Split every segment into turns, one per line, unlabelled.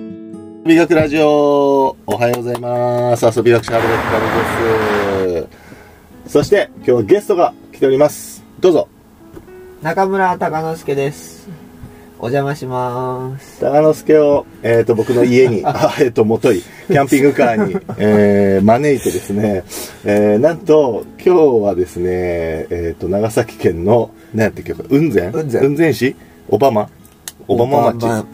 遊び学ラジオおはようございます遊び学者のべきかですそして今日はゲストが来ておりますどうぞ
中村隆之介です。お邪魔します。
高之助を、えー、と僕の家 にあ、えー、ともといキャンピングカーに、えー招いてですね、えーなんと今日はですね、えー、と長崎県の何やってっけこれ雲仙
雲仙
市小浜小浜町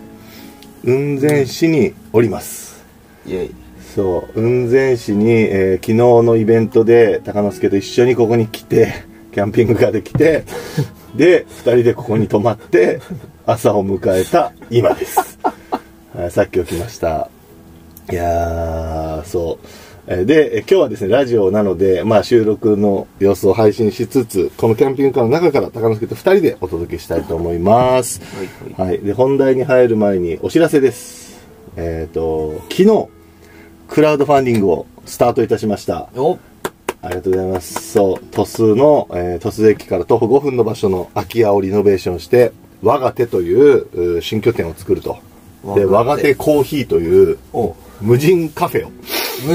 雲仙市におります、
イェイ。
そう雲仙市に、えー昨日のイベントで鷹之助と一緒にここに来て キャンピングカーで来て で2人でここに泊まって朝を迎えた今です、 はい、さっき起きましたいやーそうえーでえー今日はですねラジオなので、まあ、収録の様子を配信しつつこのキャンピングカーの中から鷹之助と2人でお届けしたいと思います
はいはい。
はい、で本題に入る前にお知らせです、えっと昨日クラウドファンディングをスタートいたしました
お
ありがとうございますそう鳥栖の、えー鳥栖駅から徒歩5分の場所の空き家をリノベーションして我が手というう新拠点を作るとで我
我
が
が手
手コーヒーという
お
無人カフェを
無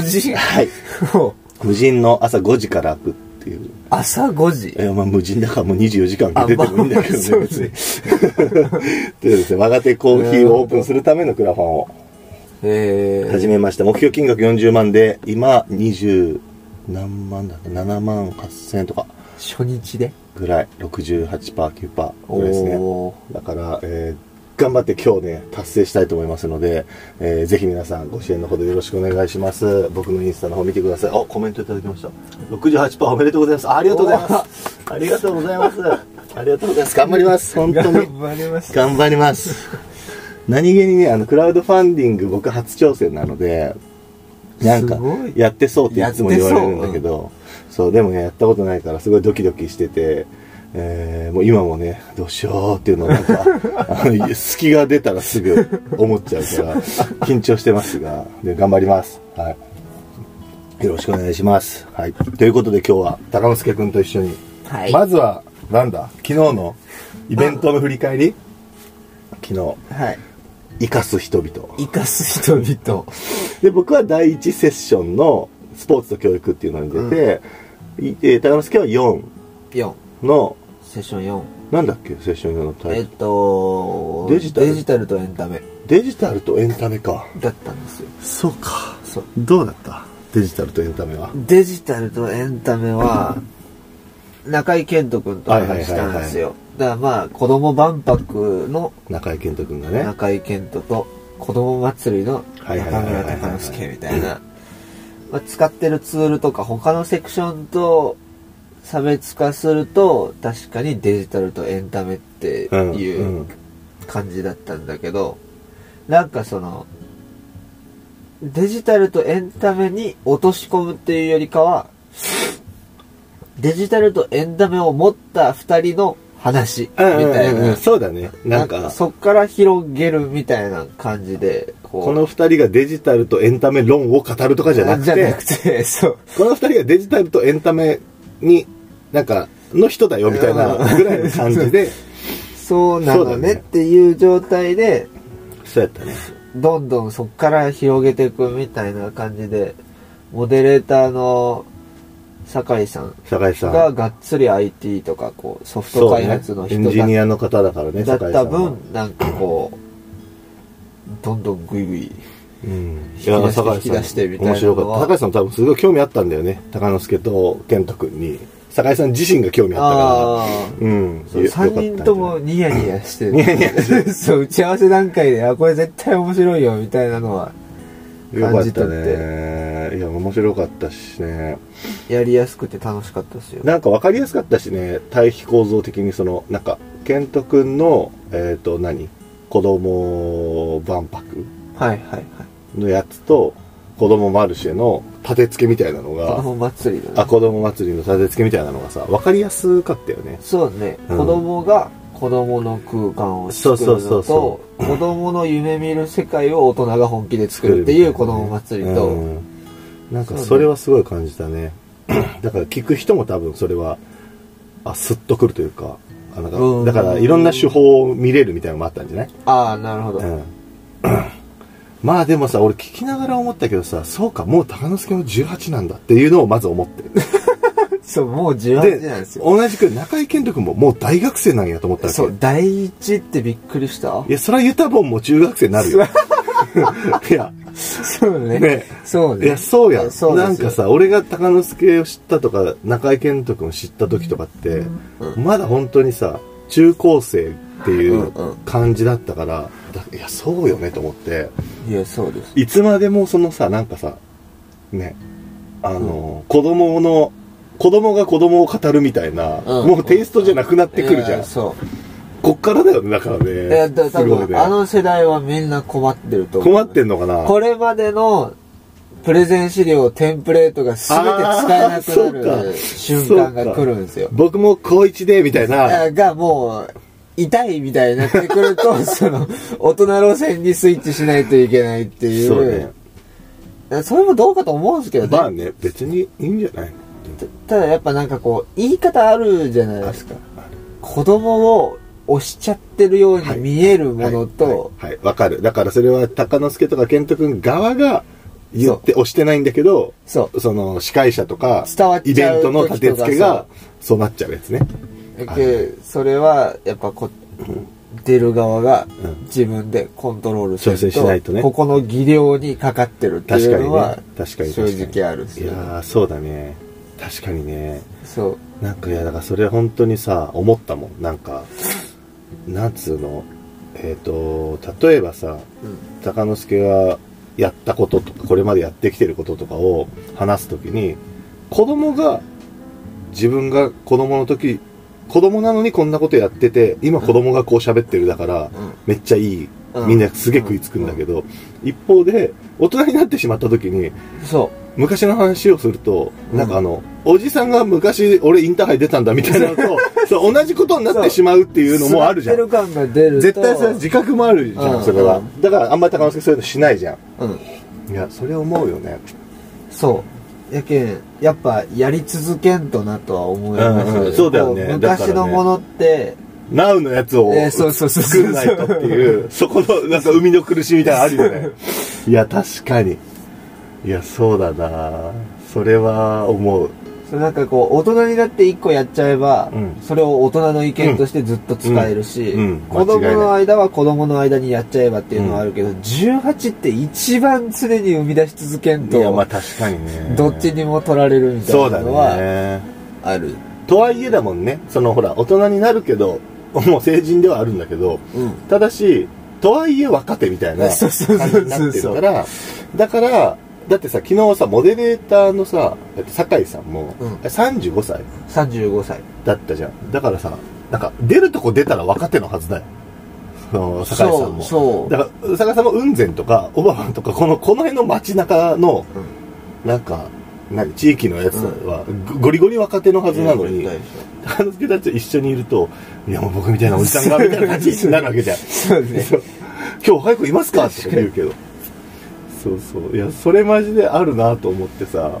事
はい
お
無人の朝5時から開くっていう
朝5時
い。やまあ無人だからもう24時間出てもいいんだけどね
あまあ
別にという ですね若手コーヒーをオープンするためのクラファンを
えー。
始めました目標金額40万で今20何万だった7万8000円とか
初日で
ぐらい 68%9% ぐらい
お
ですね
お
だから、えー頑張って今日ね達成したいと思いますので、えーぜひ皆さんご支援のほどよろしくお願いします僕のインスタの方見てくださいおコメントいただきました68%おめでとうございますありがとうございます ありがとうございますありがとうございます頑張ります本当に
頑張りました。
頑張ります何気にねあのクラウドファンディング僕初挑戦なのでなんか
すごい
やってそうっていつも言われるんだけどそう,、でもねやったことないからすごいドキドキしてて、えーもう今もねどうしようっていうのをなん かあの隙が出たらすぐ思っちゃうから緊張してますがで頑張りますはいよろしくお願いします、はい、ということで今日は高之助君と一緒に
はい。
まずは、なんだ昨日のイベントの振り返り昨日、
はい。
生かす人々。
生かす人々。
で、僕は第1セッションのスポーツと教育っていうのに出て、いえー、高之助は4
4。
の、
セッション
なんだっけセッションの
4。
タ
え
イ
っ
トル。
と、
デジタル
デジタルとエンタメ
デジタルとエンタメか。
だったんですよ。
そうか。
そう。
どうだったデジタルとエンタメは。
デジタルとエンタメは、中井健人君と話したんですよ。だからまあ、子供万博の
中井健人君がね。
中井健人と、子供祭りの中村隆之介みたいな。まあ、使ってるツールとか、他のセクションと差別化すると、確かにデジタルとエンタメって
うん。
いううん感じだったんだけどなんかそのデジタルとエンタメに落とし込むっていうよりかはデジタルとエンタメを持った2人の話み
うん
たい
うんうんう
なん
そうだね。なんか、
そっから広げるみたいな感じでこう
この二人がデジタルとエンタメ論を語るとかじゃなく
じゃ
て
な、くて そう
この二人がデジタルとエンタメに、なんか、の人だよみたいなぐらいの感じで、
そうな
そ
の
うだ
ねっ
ね
ていう状態で
そうやったね。
どんどんそっから広げていくみたいな感じでモデレーターの酒井さん
酒井さん。
ががっつり IT とかこうソフト開発
そ
の
う
人
ねエンジニ
だ,、
アの方だからね、
だっ
酒井さ
た
んは。
分なんかこうどんどんグイグイ
うん。い
引き
や、
出して
酒井さん。
引き出してみたいなのは
面白かった。酒井さん多分すごい興味あったんだよね。高之助と健人君に。酒井さん自身が興味あったか
あ
ら。うん。
あ3人ともニヤニヤしてる
ニヤニヤ
そう打ち合わせ段階であこれ絶対面白いよみたいなのは
よか
感
っ
じ取
た
って
ね。いや、面白かったしね。
やりやすくて楽しかったですよ
なんか分かりやすかったしね対比構造的にそのなんか健人君のえっ、と何子供万博
はいはいはい
のやつと子供マルシェの立て付けみたいなの
子
が
供祭りだね
あ子供祭りの立て付けみたいなのがさ分かりやすかったよね
そうね、
うん
子供が子供の空間を作る
そう
の
そうそう
と
そ
子供の夢見る世界を大人が本気で作るっていう子供祭りと、
うんなんかそれはすごい感じたね だから聞く人も多分それはあスッとくるというかあなんか
うん
だからいろんな手法を見れるみたいなのもあったんじゃない
ああなるほど、
うんまあでもさ、俺聞きながら思ったけどさ、そうか、もう鷹之助も18なんだっていうのをまず思って。
そう、もう18なんですよ。
同じく中井健人君ももう大学生なんやと思ったわけ。
そう、第一ってびっくりした
いや、そりゃユタボンも中学生になるよ。 いや、
そうね。
ね
そう
い
ね。
や、そうやん。
そうで
なん
すよ
か、さ、俺が鷹之助を知ったとか、中井健人君を知った時とかって、
う
まだ本当にさ、中高生っていうん
うん
感じだったから、だいや、そうよねと思って、
いや、そうです。
いつまでもそのさ、なんかさ、ね、あの、子供の、子供が子供を語るみたいな、
うん
もうテイストじゃなくなってくるじゃ
い
ん
や。そ
こっからだよね、だから
う。いや、
ね。
だ多
すごい
分、
ね。
あの世代はみんな困ってると思う。
困ってんのかな
これまでのプレゼン資料、テンプレートが全て使えな
あーそう
くな
か
る瞬間が来るんですよ。
僕も高一で、みたいな。
あがもう、痛いみたいになってく ると、その、大人路線にスイッチしないといけないっていう。
そうね。
それもどうかと思うんですけどね。
まあね、別にいいんじゃない
たただやっぱなんかこう、言い方あるじゃないですか。子供を押しちゃってるように見えるものと、
はい、はいわかる。だからそれは、鷹之助とか健人君側が言って、押してないんだけど、
そ
その、司会者とか、
伝わっち
イ
ゃう
ベントの立て付けが
時、
そうなっちゃうやつね。
う。で、それはやっぱこ、出る側が
うん
自分でコントロールする
調整しないとね
ここの技量にかかってるって
確
い
か
う
に
の
ね
は。、
確かに
正
確かに。
直あるんで
い
す
や
よね。
ー、そうだね。確かにね。
そう。
なんかいやだからそれ本当にさ思ったもんなんかなんつうのえっ、と例えばさ
うん
鷹之助がやったこととかこれまでやってきてることとかを話すときに子供が自分が子供の時子供なのにこんなことやってて今子供がこう喋ってるだから
うん
めっちゃいい
うん
みんなすげえ食いつくんだけど一方で大人になってしまった時に
そ
昔の話をすると、なんかあの、おじさんが昔俺インターハイ出たんだみたいなのと、そう同じことになってしまうって
う。
いうのもあるじゃ
座っ
ん。
てる感が出ると。
絶対それ自覚もあるじゃん、
うん
それは
う。
だからあんまり高之助そういうのしないじゃ
うん。
ん。いや、それ思うよね。
そう。やけん、やっぱやり続けんとなとは思います、
うんうんそうだよね
こ
だから
昔
ね
のものって、
ナウのやつを
えーそうそうそう
作んないとっていう、そこのなんか生みの苦しみみたいなのあるよね。 いや、確かに。いや、そうだなそれは思う。
そうなんかこう、大人になって一個やっちゃえば、
うん
それを大人の意見としてずっと使えるし、
うんうん
子供の間は子供の間にやっちゃえばっていうのはあるけど、18って一番常に生み出し続けん
いや、まあ
と、
確かにね。
どっちにも取られるみた
そう
い
だ
なのは
ね。
ある。
とはいえだもんねそのほら大人になるけどもう成人ではあるんだけど
うん。
ただしとはいえ若手みたいな
そ
感じ
うそうそうそう
になってるからだからだってさ昨日さモデレーターのさえっと酒井さんも、
うん
35歳
35歳。
だったじゃんだからさなんか出るとこ出たら若手のはずだよその酒井さんも
そうそう
だから酒井さんも雲仙とか小浜とかこのこの辺の街中の
うん。
なんか何地域のやつは、ゴリゴリ若手のはずなのに、
絶対でしょ
あの人たちと一緒にいると、いやもう僕みたいなおじさんがみたいな感じ になるわけじゃん。
そうね。
そう今日早くいますかって言うけど。そうそう。いや、それマジであるなと思ってさ。うわなんか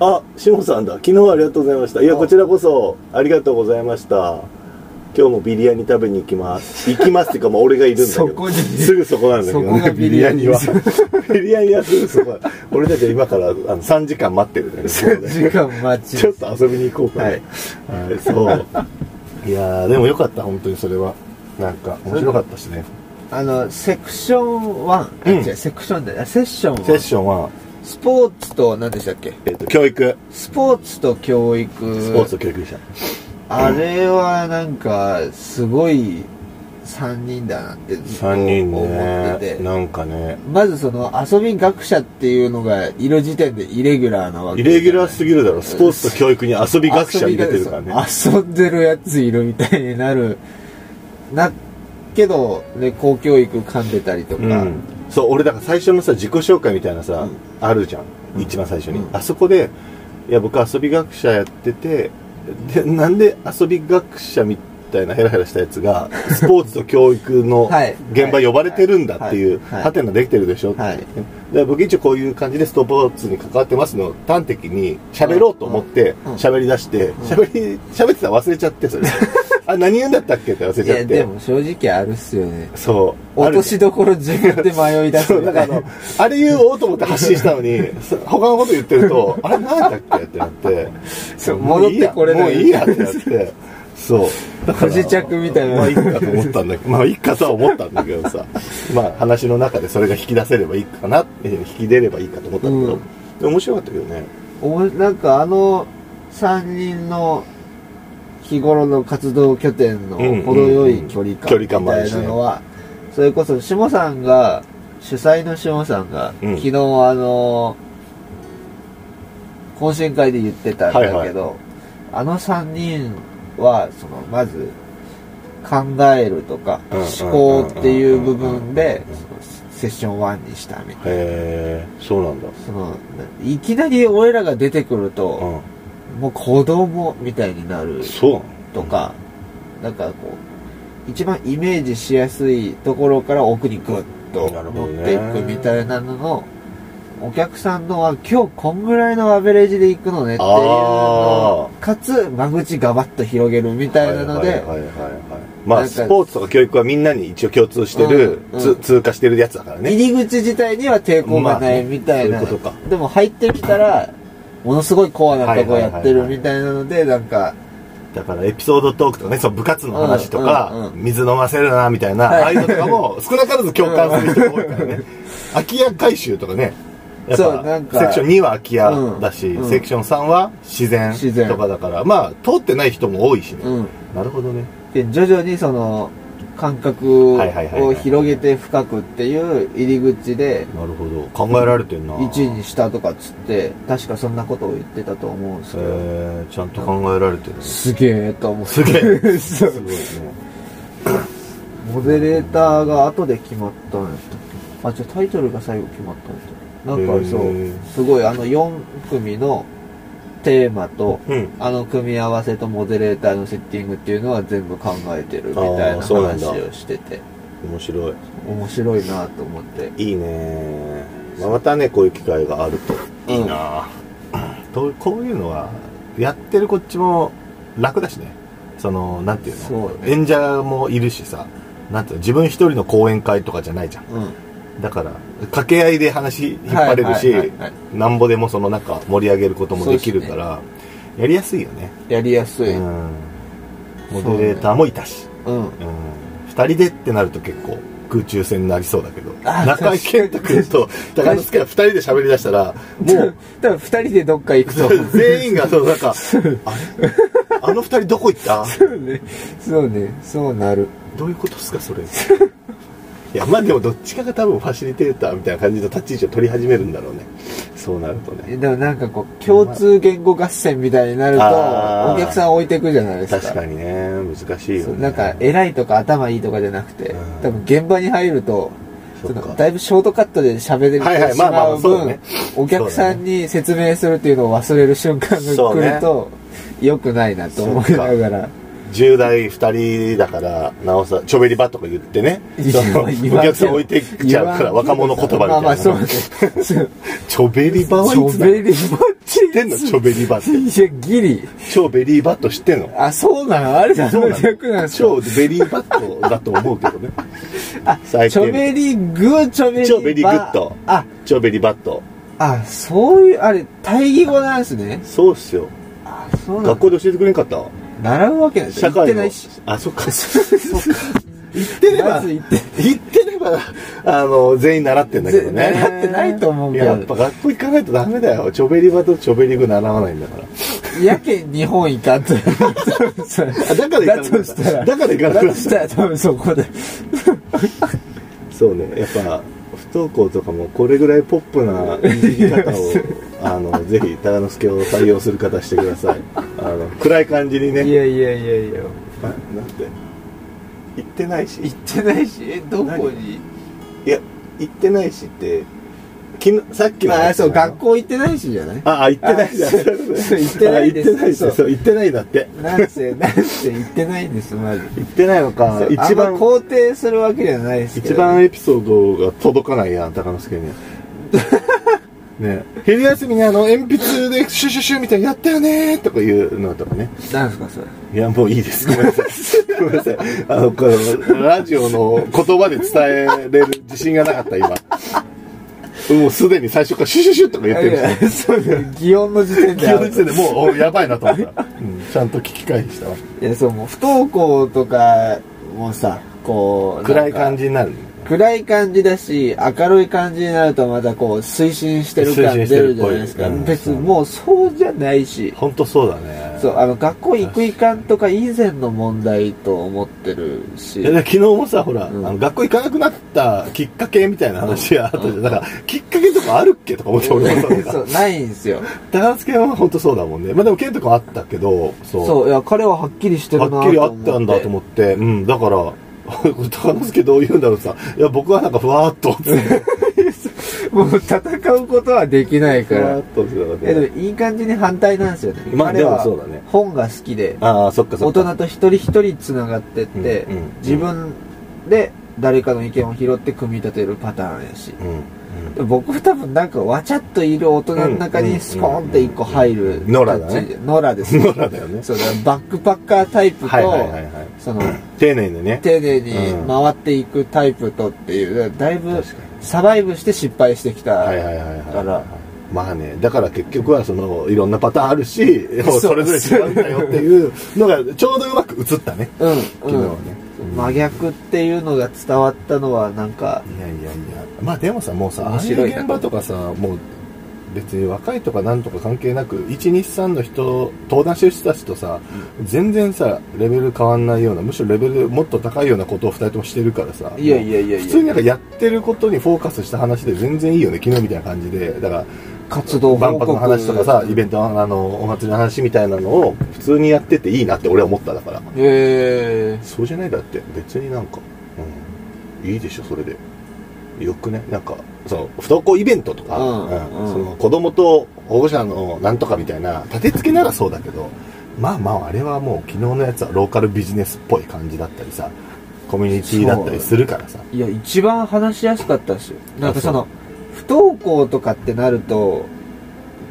あ、しもさんだ。昨日はありがとうございました。いや、
あ
こちらこそありがとうございました。今日もビリヤニ食べに行きます。行きますっていうか、まあ俺がいるんだけど。
そこに
すぐそこなんだけど
そこが
ね。
ビリヤニ
は。ビリヤニはすぐそこ。俺たちは今からあの3時間待ってるんだけど。
時間待
ちょっ
ち。
と遊びに行こうかな。
は
はいい。 そう。いやー、でもよかった、本当にそれは。なんか、面白かったしね。
あの、セクション1、
うん
違う、セクションだあセッション
セッ
1。
ションは、
スポーツと、何でしたっけ
えっ、と、教育。
スポーツと教育。
スポーツと教育でした。
あれはなんか、すごい3人だなってずっと
3人
思って
ね。
て。
なんかね、
まずその遊び学者っていうのがいる時点でイレギュラーなわけ
イ
じゃない。
レギュラーすぎるだろ。スポーツと教育に遊び学者入れてるからね。
遊んでるやついるみたいになる。な、けど、ね、公教育噛んでたりとか。
うん、そう俺だから最初のさ自己紹介みたいなさ、
うん
あるじゃん、
うん
一番最初に、
うん
あそこでいや僕遊び学者やっててでなんで遊び学者みたいなヘラヘラしたやつ がスポーツと教育の
はい
現場呼ばれてるんだっていう
はいはい
ハテナできてるでしょ、
はい
で僕一応こういう感じでスポーツに関わってますのを端的に喋ろうと思って
うんうん
喋り出して
ん
喋り喋ってたら忘れちゃってそれあ、何言うんだったっけって忘れ
い
ちゃ
や、
っ
で
て。
も正直あるっすよね。
そう。あ
落
る
としどころ自分で迷い出す
そう、
み
だからあ
たいな
の。、あれ言おうと思って発信したのに、そ他のこと言ってる と、あれ何だっけってなって、
そう
もういいや
戻ってこれない
もういいやってなって、そう。 だから
不時着みたいな
まあ、いいかと思ったんだけど、まあ、いいかとは思ったんだけどさ、まあ、話の中でそれが引き出せればいいかな、えー引き出ればいいかと思ったんだけど、
うん
でも面白かったけどね。
おもなんかあの3人の日頃の活動拠点の
うんうんうん
程よい距離
距
感
離
み
感もあ
た
る
い
し
な
ね
のは、それこそ下さんが主催の下さんが、
うん
昨日あの懇親会で言ってたんだけど、
はい
あの3人はそのまず考えるとか
うんうんうんうん
思考っていう部分で
うんうんうん
そのセッション1にしたみたいな。
へえ、そうなんだ。
そのいきなり俺らが出てくると、
う
もう子供みたいになる
ん。そうなの
とか、なんかこう、一番イメージしやすいところから奥にグッと
なるほどね
持っていくみたいなのの、お客さんのは今日こんぐらいのアベレージで行くのねっていうのをかつ間口がばっと広げるみたいなので、
はいはいはいはいはいま
な
あ
んか
スポーツとか教育はみんなに一応共通してる、
うんう
つ
ん
通過してるやつだからね
入り口自体には抵抗がないみたいな、
まあねそういうことか
でも入ってきたらものすごいコアなとこや
はいはいは
ってる
いはい
みたいなのでなんか
だからエピソードトークとかねその部活の話とか、
うんうんうん
水飲ませるなみたいな、
はい
ああいうのとかも少なからず共感する人が多いから ね空き家回収とかねやっぱ
そうなんか
セクション2は空き家だし、
うんうん
セクション3は自然
自然
とかだからまあ通ってない人も多いしね、
うん
なるほどね
で徐々にその感覚
はいはいはいは
を
い
広げて深くっていう入り口で
なるほど考えられてんな
1位にしたとかっつって確かそんなことを言ってたと思うんです
え
けど
ー、ちゃんと考えられてるね
すげえと思って
すげえ
そう
すごいね
モデレーターが後で決まったんやったっけあじゃあタイトルが最後決まったんやったなんかそ
へ
う
ー
すごいあの4組のテーマと
うん
あの組み合わせとモデレーターのセッティングっていうのは全部考えてるみたい
あー
な
そうなん
話
だ
をしてて
面白い
面白いなと思って
いいね、まあ、またねこういう機会があると
うん
いいな、とこういうのはやってるこっちも楽だしねそのなんていうの
そうね
演者もいるしさなんていうの自分一人の講演会とかじゃないじゃん
うん
だから掛け合いで話引っ張れるし、
はいはいはいは
なんぼでもその中盛り上げることもできるから、やりやすいよね、
やりやすい、
う
うん
ん、モデレーターもいたし うん、2人でってなると結構空中戦になりそうだけど
あ
中井健太君と高之助が2人で喋りだした らも
もう
う
多分二人でどっか行くと思う
全員がそのなんか「あれあの2人どこ行った
そうねそうねそうなる
どういうことっすかそれ」いやまあでもどっちかが多分ファシリテーターみたいな感じの立ち位置を取り始めるんだろうねそうなるとね
えでもなんかこう共通言語合戦みたいになると
あー
お客さん置いていくじゃないですか
確かにね難しいよ
そう
ね
なんか偉いとか頭いいとかじゃなくて、
うん
多分現場に入ると
そっか
そのだいぶショートカットで喋れる
はいはい
し
まあまあ
まう
そうだね
分お客さんに説明するっていうのを忘れる瞬間が来ると、良くないなと思いながら
10代2人だからなおさらちょべりばとか言ってね
い
そ
や
のお
言わんけど
客さん置いてきちゃうから
言わんけど
若者言葉みたいな、
まあま あそうねそう
チョベリバはい
チョ
つだ
ベリバって
知ってんのチョベリバって
いや、ギリ。
超ベリーバット知ってんの
あ、そうなのあれだ、
そうなの
逆なんですか
超ベリーバットだと思うけどね
あ、
最
チ
近
ョベリグー、チョベリバ
超ベリーグッド
あ、
超ベリーバット
あ、そういう、あれ、対義語なんですね。
そうっすよ
あ、そうな
学校
の
で教えてくれんかった
習うわけないです
社
よ。言っ
会
て
の
ない し。
あそっかそっか言ってれば
まず言って
言ってればあの全員習ってんだけどね
習ってないと思う
い
け
ややっ
ど
ぱ。学校行かないとダメだよチョベリバとチョベリグ習わないんだから
やけん日本 行かんと。そう
あだから行かな
だ
くな
と
っ
した
た
ら、
だから行かな
だ
くな
と
っ
したら多分そこで。
たそうねやっぱ不登校とかもこれぐらいポップないじ り方をあのぜひ高之助を採用する方してくださいあの暗い感じに
い
ね
やいやいやいや。
あなんて行ってないし
行ってないし、え、どこに
いや行ってないしって昨日さっきの
まあ、そう、学
校
校行ってないしじゃない
ああ行ってないじゃん
あそうそう行ってないです
あ行ってない
そう
しそう行ってないだって
なんせ、なんせ言ってないんです、まず。
行ってないのか
一
一
番
番
肯定するわけじゃないですけど。
一番エピソードが届かないやん高之助にね昼休みにあの鉛筆でシュシュシュみたいにやったよねーとかいうのとかね
何ですかそれ
いやもういいですごめんなさいごめんなさいあのこのラジオの言葉で伝えれる自信がなかった今もうすでに最初からシュシュシュとか言ってるし
いやそう擬音の時点で
気の時点でもうおやばいなと思った、うん、ちゃんと聞き返したわ
いやそうもう不登校とかもさこう
暗い
じ
感じになる
暗い感じだし明るい感じになるとまたこう推進してる感
推進して
出
る
る
っ
じゃ
ぽ
ないいですか
うん
別にもうそうじゃないし
本当そうだね
そうあの学校行く行かんとか以前の問題と思ってるし
いやだから昨日もさほら、
うん
あの学校行かなくなったきっかけみたいな話があったじゃん、だからきっかけとかあるっけとか思って俺もさなんか
そうないんですよ
高松県は本当そうだもんねまあでも県とかあったけどそう
そういや彼ははっきりしてるなと
はっ
思
き
っ
り
て
あったんだと思ってうんだから これ高之助どう言うんだろうさいや僕はなんかふわーっと
もう戦うことはできない
ふ
か
わー
ら
っとしてなかった
えでもいい感じに反対なんですよね
まあ
彼は
でもそうだね
本が好きで
ああそっかそ
大
っか
人と一人一人つながってって、
うんうん
自分で誰かの意見を拾って組み立てるパターンやし
うん、
僕は多分なんかわちゃっといる大人の中にスコーンって一個入る
うん野良だね
野良です
うん、 ノラだよね
そうだバックパッカータイプと、
はいはいはいはい
その
丁寧にね
丁寧に回っていくタイプとっていうだいぶ
確かに
サバイブして失敗してきた、
はいはいはいはい
だから
まあねだから結局はそのいろんなパターンあるし
そう
それぞれ違うんだよっていうのがちょうどうまく映ったね
うん、
昨日
う
は
ん、
ね、
真逆っていうのが伝わったのはなんか
いやいやいやまあでもさもうさあ
面
あい
白
う
いな
現場とかさもう別に若いとかなんとか関係なく123の人登壇してる人たちとさ、全然さレベル変わんないようなむしろレベルもっと高いようなことを2人ともしてるからさ
いやいやいやいや
普通になんかやってることにフォーカスした話で全然いいよね昨日みたいな感じでだから
活動
万
報
博
告
の話とかさイベントのあのお祭りの話みたいなのを普通にやってていいなって俺は思っただから
え
そうじゃないだって別になんか、うん、いいでしょそれでよくねなんかその不登校イベントとか、
うんうん
その子供と保護者のなんとかみたいな立て付けならそうだけどまあまああれはもう昨日のやつはローカルビジネスっぽい感じだったりさコミュニティだったりするからさ
ー、いや一番話しやすかったですよなんか
あそ
そうの不登校とかってなると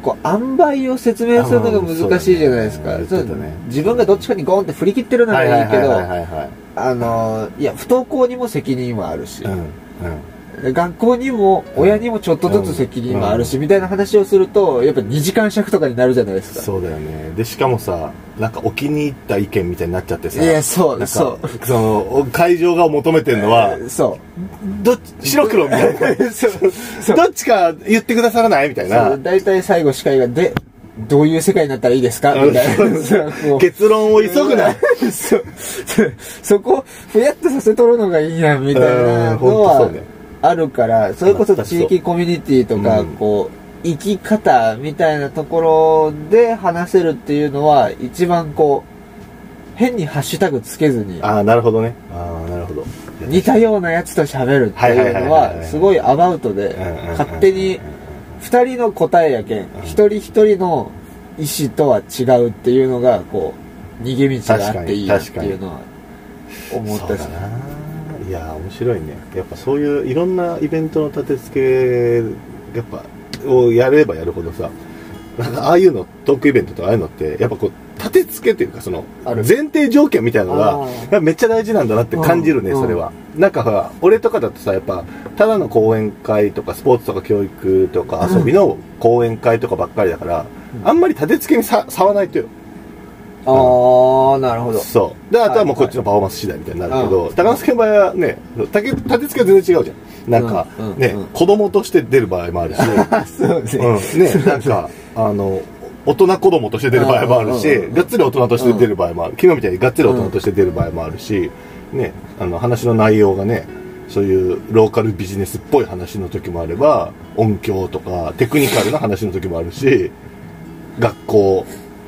こう塩梅を説明するのが難しいじゃないですか、
あーそうだね
その
言ってたね
自分がどっちかにゴンって振り切ってるならいいけど
はいはい
あのーいや不登校にも責任はあるし、
うんうん
学校にも親にもちょっとずつ責任はあるし、
う
みたいな話をするとやっぱ2時間尺とかになるじゃないですか
そうだよねでしかもさなんかお気に入った意見みたいになっちゃってさ
いやそう
なんか
そ
その会場が求めてるのは
そ
どっち白黒みたい などっちか言ってくださらないみた
う
い
そ
な
う大体最後司会が「でどういう世界になったらいいですか?」みたいなそうこう
結論を急ぐな
そそこをふやっとさせとるのがいいやんみたいな
うん
の
ほんとそ
は
うね
あるからそれこそ
まあ確か
地
にそう
域コミュニティとか
うん
こう生き方みたいなところで話せるっていうのは一番こう変にハッシュタグつけずに
ああなるほどねああなるほど
似たようなやつと喋るってい
は
うの
いはいはいはい
は
はい
すごいアバウトで
うんうんうんうん
勝手に2人の答えやけん
ん
一人一人の意思とは違うっていうのがこう逃げ道があっていいなっていうのは思っ
そう
たし
だないやー面白いねやっぱそういういろんなイベントの立て付けやっぱをやればやるほどさなんかああいうのトークイベントとかああいうのってやっぱこう立て付けというかその
ある
前提条件みたいなの
あ
がや
ー
っぱめっちゃ大事なんだなって感じるね
うん
それはなんかほら俺とかだとさやっぱただの講演会とかスポーツとか教育とか遊びの講演会とかばっかりだから
うん
あんまり立て付けにさ差はないとよ
ああなるほど
そうであとはもうこっちのパフォーマンス次第みたいになるけど、高松県場合はねたけ立て付けは全然違うじゃんなんか、
うんうん
ね、
うん
子供として出る場合もある し、う
そうです
ん、ねなんかあの大人子供として出る場合もあるし、
うんうんうん
がっつり大人として出る場合もある、昨日みたいにがっつり大人として出る場合もあるし、ねあの話の内容がねそういうローカルビジネスっぽい話の時もあれば音響とかテクニカルな話の時もあるし学校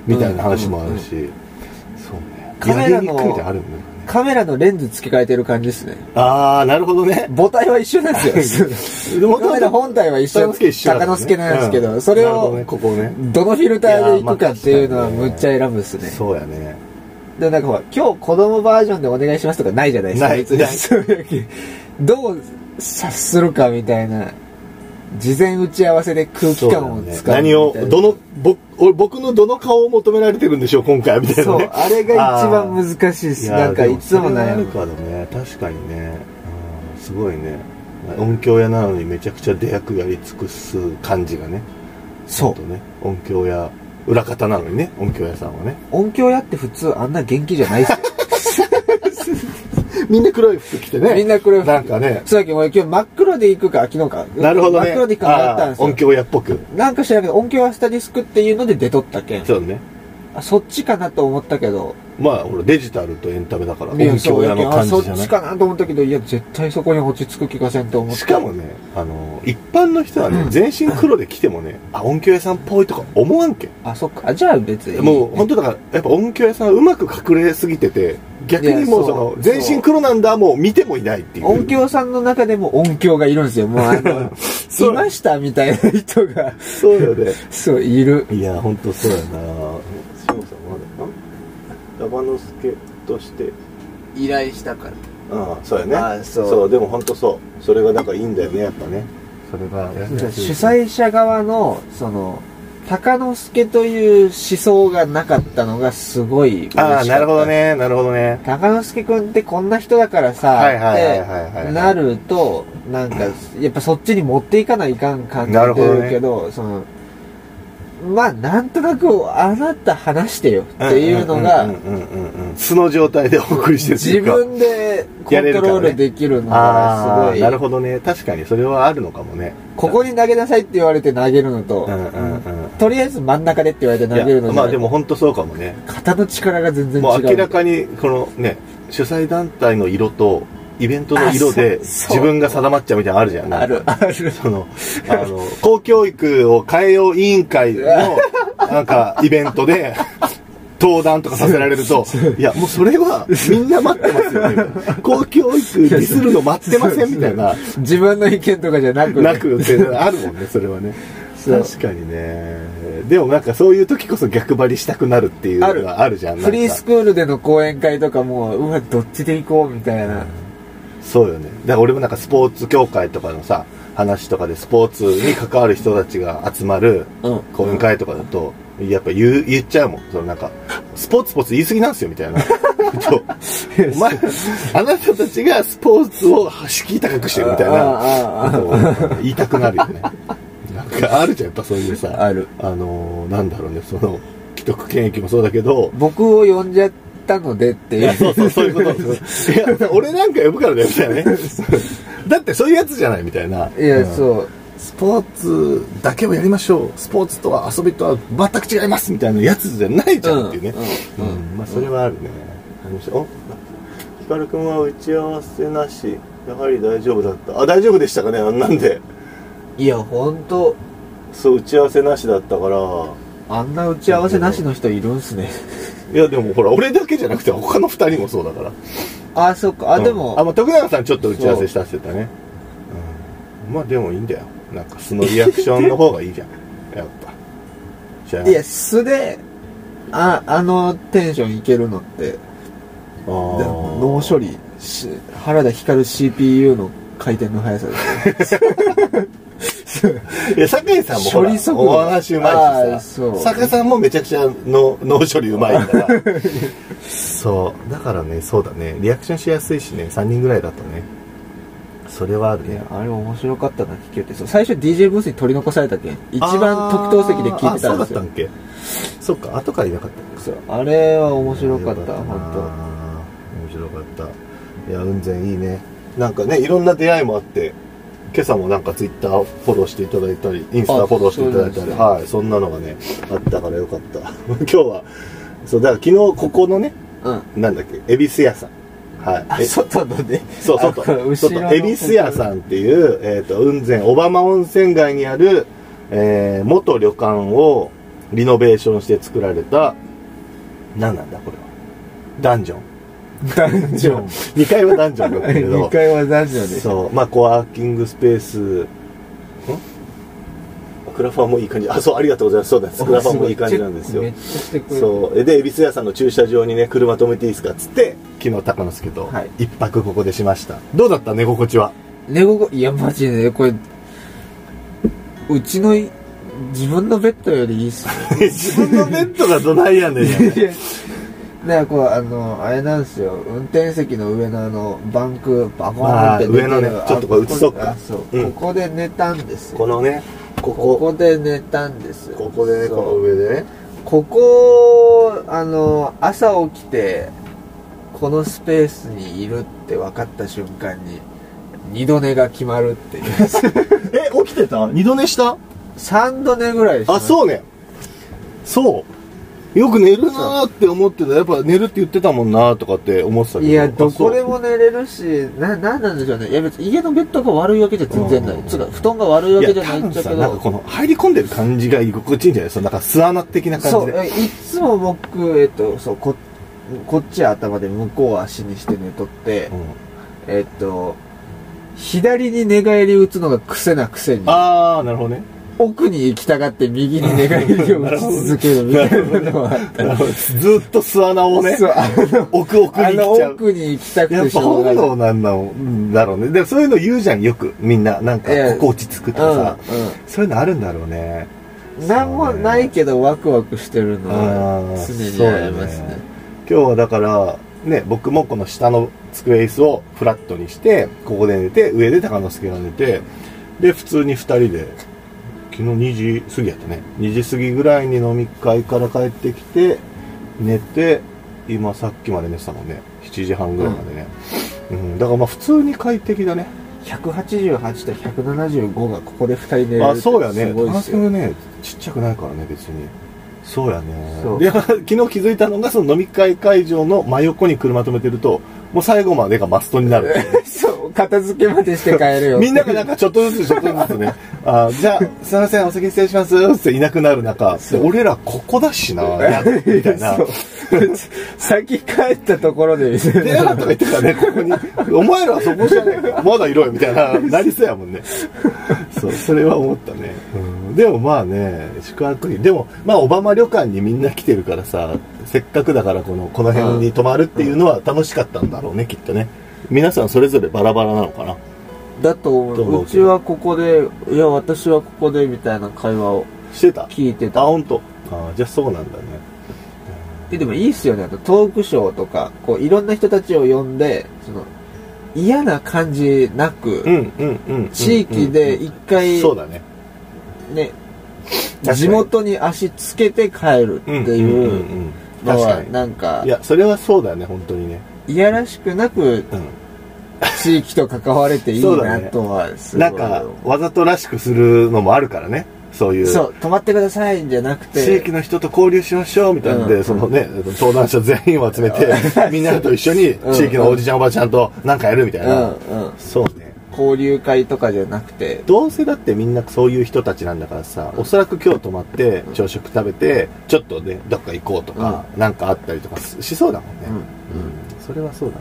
みたいな話もあるし、そうね
カメラの
やりにくいみたいなのあるんだよね
カメラのレンズ付け替えてる感じですね
ああなるほどね
母体は一緒なんですよカメラ本体は一緒
高之助一緒だ
高
からね
之助なんですけど、
うん
それ
なるほど
を
ねここね
どのフィルターでいくかっていうのは
まあ
むっちゃ選ぶっすね
そうやね
でなんかほら今日子供バージョンでお願いしますとかないじゃないですか
ない
別に
ない
そういうわけどう察するかみたいな事前打ち合わせで空気感をつかむみ
何を
たいな
どの僕俺僕のどの顔を求められてるんでしょう今回みたいな、
そう
ね、
あれが一番難しいですなんかいつも
ね
悩む
かだね確かにね、うんすごいね音響屋なのにめちゃくちゃ出役やり尽くす感じがね
そう
ほんとね音響屋裏方なのにね音響屋さんはね
音響やって普通あんな元気じゃないっすよ
みんな黒い服着てね
みんな黒い服
なんかね
そうだけど俺今日真っ黒で行くか昨日か
なるほどね
真っ黒で行くか迷ったんです
あー音
よ
響屋っぽく
なんか知らんけど音響アスタディスクっていうので出とったけん
そうね
あそっちかなと思ったけど
まあほらデジタルとエンタメだから音
いや
響屋の感
そう
じ
や
じ
けん
ゃない
あそっちかなと思ったけどいや絶対そこに落ち着く気がせんと思って
しかもね、あの、一般の人はね、全身黒で来てもね、あ、音響屋さんっぽいとか思わんけん。
あそっかあじゃあ別に
もう本当だから、やっぱ音響屋さんはうまく隠れすぎてて、逆にもうそ
い
の
や、そう
全身黒なんだ、もう見てもいないっていう。
音響さんの中でも音響がいるんですよもうあの
そう
いましたみたいな人が
そうよね。
そうい る
いや、本当そうやなしもさんまだなラバノスケとして、
依頼したから
ああ、そうやね。
ああそう
そう、でも本当そう。それがなんかいいんだよね、やっぱね。それが、
主催者側のその鷹之助という思想がなかったのがすごい嬉しかった
ああ、なるほどね、なるほどね。
鷹之助君ってこんな人だからさ、
はいはいはいはいはいはい
ってなると、なんか、やっぱそっちに持っていかないかん感じ
なるほど
る
ね
けど、その、まあ、なんとなく、あなた話してよっていうの
んん
が、
うんうんうんうん素の状態でお送りしてるとい
自
うか
分でコントロールできるの
あ
が
あ
す
な
ご
る
い、
ほどね確かにそれはあるのかもね
ここに投げなさいって言われて投げるのと、
うんうんうん
とりあえず真ん中でって言われて投げるの
いや
と、
まあでも本当そうかもね
肩の力が全然違
もう
う。
明らかにこのね主催団体の色とイベントの色で
あそうそう
自分が定まっちゃうみたいなのあるじゃんなんか
ある、あ る。
そのあの公教育を変えよう委員会のなんかイベントで 登壇とかさせられる と、いや、もうそれはみんな待ってますよね。みたいな公教育にするの待ってませんみたいな。
自分の意見とかじゃなく、
なくってあるもんねそれはね
そう
確かにねでもなんかそういう時こそ逆張りしたくなるっていうのがあるじゃんなんか
フリースクールでの講演会とかもううわどっちで行こうみたいな、
そうよねだから俺もなんかスポーツ協会とかのさ話とかでスポーツに関わる人たちが集まる
うん
講演会とかだと、やっぱ言う言っちゃうもんそのなんかスポーツスポーツ言い過ぎなんですよみたい なそうお前あなたたちがスポーツを敷居高くしてるみたいな
ああああ
ことを言いたくなるよねなんかあるじゃんやっぱそういうさ
ある
あのーなんだろうね、その、既得権益もそうだけど、
僕を呼んじゃったのでって
い
い
や、
う
そうそう、そういうこと。いや、 俺なんか呼ぶからだよ、みたいなね。だってそういうやつじゃない、みたいな。
いや、
うん。
そう
スポーツだけをやりましょう。スポーツとは遊びとは全く違います、みたいなやつじゃないじゃんっていうね。
う
うん
うん
ん、まあ、それはあるね。おヒカル君は打ち合わせなし。やはり大丈夫だった。あ、大丈夫でしたかね、あんなんで。
いや本当
そう、打ち合わせなしだったから。
あんな打ち合わせなしの人いるんすね
いや、でもほら、俺だけじゃなくて他の二人もそうだから。
あそっかあ
うん
でも、
あ、まあ、徳永さんちょっと打ち合わせしたって言ったね。うん。まあ、でもいいんだよ。なんか、素のリアクションの方がいいじゃん。やっぱ。じゃあ
いや素でああのテンションいけるのって
あー
脳処理し原田光る CPU の回転の速さです
いや、酒井さんもほら
処理速度
お話うま
あ
い
ー
し
そう
さ。酒井さんもめちゃくちゃの脳処理うまい から。そう。だからね、そうだね。リアクションしやすいしね、3人ぐらいだとね。それはある
いや、あれ面白かったな、聞けて。そう最初 DJ ブースに取り残されたけん、一番特等席で聞いてたんですよ
あーあそうだった。んけそっか後からいなかった
そうあれは面白かった、本
本当面白かったいや雲仙いいねなんかねいろんな出会いもあって今朝もなんかツイッターフォローしていただいたりインスタフォローしていただいた
そう
り
なんですね
はいそんなのがねあったからよかった 今日はそうだから昨日ここのね
当。うん。
なんだっけ恵比寿屋さんはい
あ、
え
外のね。
そう、
あ
外。
後ろ
外。
の
恵比寿屋さんっていう、えっ、と、雲仙、小浜温泉街にある、えー、元旅館をリノベーションして作られた、何なんだこれは。ダンジョン。
ダン ジョン。
2階はダンジョンだったけ ど。
2階はダンジョンです。
そうまあコワーキングスペースんクラファンもいい感じあそうありがとうございますそうなんですクラファンもいい感じなんですよ
めっちゃしてくれる。
そうで恵比寿屋さんの駐車場にね車止めていいですかっつって昨日高之助と
はい
一泊ここでしました、どうだった寝心地は
寝心、いや、マジでね、これ、うちのい自分のベッドよりいいっす ね
自分のベッドがどないやねんや
いやねこうあのあれなんですよ運転席の上のあのバンクバコーンって
あー上のね
あ
ちょっとこれ映そうか
あそう、
うん
ここで寝たんです よ
このねこ
こ
こ
こで寝たんです
ここでね
そ
こ
う
の上でね
ここあの朝起きてこのスペースにいるって分かった瞬間に二度寝が決まるっていう
え起きてた二度寝した
三度寝ぐらいしま
あ
した
そうねそうよく寝るなーって思ってたやっぱ寝るって言ってたもんなーとかって思ってたけど
いや
あ
どこで
そう
も寝れるしななんなんでしょうねいや別に家のベッドが悪いわけじゃ全然な
う
い
ん
つうか布団が悪いわ
い
け
や
じゃない
多
っ
分
ちゃ
さ
け
なんか
ど
この入り込んでる感じが居心地いいんじゃないそのなんか巣穴的な感
そ
じ
う
で
えいつも僕えっとそうここっち頭で向こう足にして寝とって
うん
えっと左に寝返り打つのが癖な癖に
ああなるほどね
奥に行きたがって右に寝返りを打ち続けるみたいなのはあっ
なるほどずーっと巣穴をね
そうあの
奥奥
あ
に
の
来ちゃう
奥に行きたく
やって
し
ぱ
ょうが
本
ない
能なんだろうだろうねでもそういうの言うじゃんよくみんななんか
ええ
ここ落ち着くとかさ、そういうのあるんだろうね
うんうん、なんもないけどワクワクしてるのは常にあります
そうだ
ね
ね今日はだからね僕もこの下の机椅子をフラットにしてここで寝て上で鷹之助が寝てで普通に2人で昨日2時過ぎやったね2時過ぎぐらいに飲み会から帰ってきて寝て今さっきまで寝てたもんね7時半ぐらいまでね、うんだからまあ普通に快適だね
188と175がここで2人寝れる
あそうやね
すごい
高
で
田
すよ
君ねちっちゃくないからね別にそうや
そ
ね
う
で 昨日気づいたのがその飲み会会場の真横に車止めてるともう最後までがマストにな る
そう片付けまでして帰るよ
みんながなんかちょっとずつちょっとずつね 「あじゃあすいませんお先失礼します」っていなくなる中で俺らここだしなやみたいな
そう先帰ったところで見 せる
でなんとか言ってたね、ここに。お前らはそこじゃねえか。まだいろよ、みたい な、なりそうやもんね。そう、それは思ったね。うん、でもまあね、宿泊費。でも、まあ、オバマ旅館にみんな来てるからさ、せっかくだから、この、この辺に泊まるっていうのは楽しかったんだろうね、きっとね。皆さんそれぞれバラバラなのかな。
だと
と
思
思う
うう
けど
ちはここでいや私はここでみたいな会話を
してた
聞いて
あ、
た
ほんと。あじゃあそうなんだね。
ででもいいっすよねあとトークショーとかこういろんな人たちを呼んでその嫌な感じなく、
うん、うん、うん。
地域で
うん
一回
そうだね。
ね
かに
地元に足つけて帰るって
うんん
いうん
ん
の
確
は
かに。
なんか
いや、それはそうだね、本当にね。
いやらしくなく
うん。
地域と関われていい
そうだ
な
ね
とはすご
な
い
んかわざとらしくするのもあるからねそういう
そう泊まってくださいじゃなくて
地域の人と交流しましょうみたいなんで、
うん
そのね登壇者全員を集め てみんなと一緒に
うん
地域のおじちゃんおばちゃんとなんかやるみたい
うん
な、
うん
そうね
交流会とかじゃなくて
どうせだってみんなそういう人たちなんだからさおそらく今日泊まって朝食食べてちょっとねどっか行こうとか、なんかあったりとかししそうだもんね、
うん
うんそれはそうだ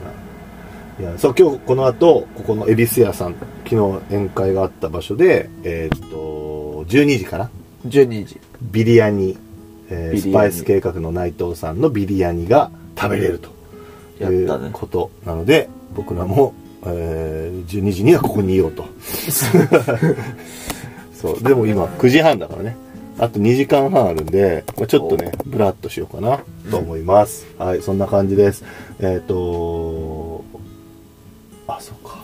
ないやそう今日この後ここの恵比寿屋さん昨日宴会があった場所でえーっと12時から
12時
ビリヤニ,、えー
ビリヤ
スパ
ニ
イス計画の内藤さんのビリヤニが食べれると
やっ
い
たね
うことなので僕らも、えー12時にはここにいよう とそうでも今9時半だからねあと2時間半あるんで、まあ、ちょっとねブラッとしようかなと思います、はいそんな感じですえっ、とあそうか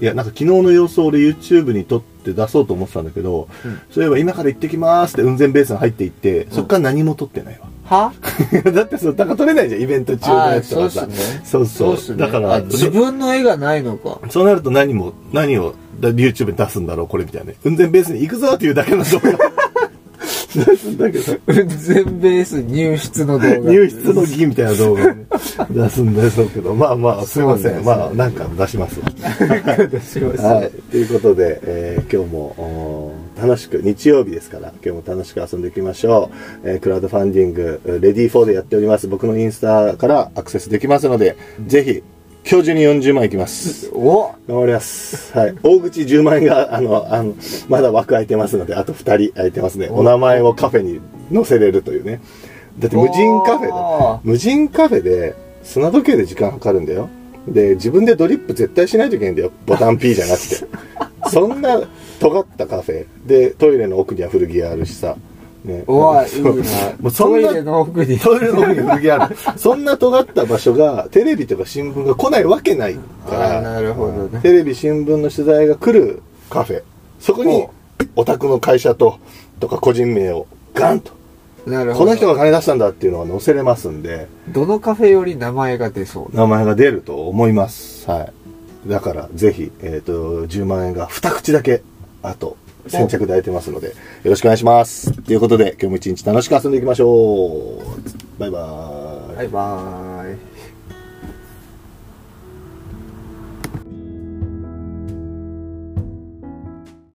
いやなんか昨日の様子を俺 YouTube に撮って出そうと思ってたんだけど、
うん
そういえば今から行ってきますって雲仙ベースに入っていって、そっから何も撮ってないわ
は
だってその高取れないじゃんイベント中の
あ
や
あ
つと
そう
か
っす
さ
ね
そうそう
っすね
だから
あ自分の絵がないのか
そうなると何も何をだ YouTube に出すんだろうこれみたいなね雲仙ベースに行くぞっていうだけの動画出すんだけど
全ベース入室の動画
入室の儀みたいな動画をね出すんでしょうけどまあまあすいません
そう
ま
なんですね
あなんか出しますわ
出しますね
はい、ということで、えー今日もおー楽しく日曜日ですから今日も楽しく遊んでいきましょう、えークラウドファンディングえーレディー4でやっております僕のインスタからアクセスできますので、ぜひ今日中に40万いきます
お
頑張ります、はい、大口10万円があのあのまだ枠空いてますのであと2人空いてますねお名前をカフェに載せれるというねだって無人カフェだ
おー
無人カフェで砂時計で時間計るんだ よで自分でドリップ絶対しないといけないんだよボタン P じゃなくてそんな尖ったカフェでトイレの奥には古着屋あるしさね
おわ、い い
そ
な
うもう。そ
ト
ん
イ
な
レの奥に。
トイレの奥に古着屋あるそんな尖った場所がテレビとか新聞が来ないわけないから
あーなるほどね
テレビ新聞の取材が来るカフェそこに
ほ
お宅の会社ととか個人名をガンと
なるほ
こ
ど。
の人が金出したんだっていうのは載せれますんで
どのカフェより名前が出そう。
名前が出ると思いますはいだからぜひ、えー、と10万円が2口だけあと先着で空いてますのでよろしくお願いしますということで今日も一日楽しく遊んでいきましょうバイバーイ
バイバーイ。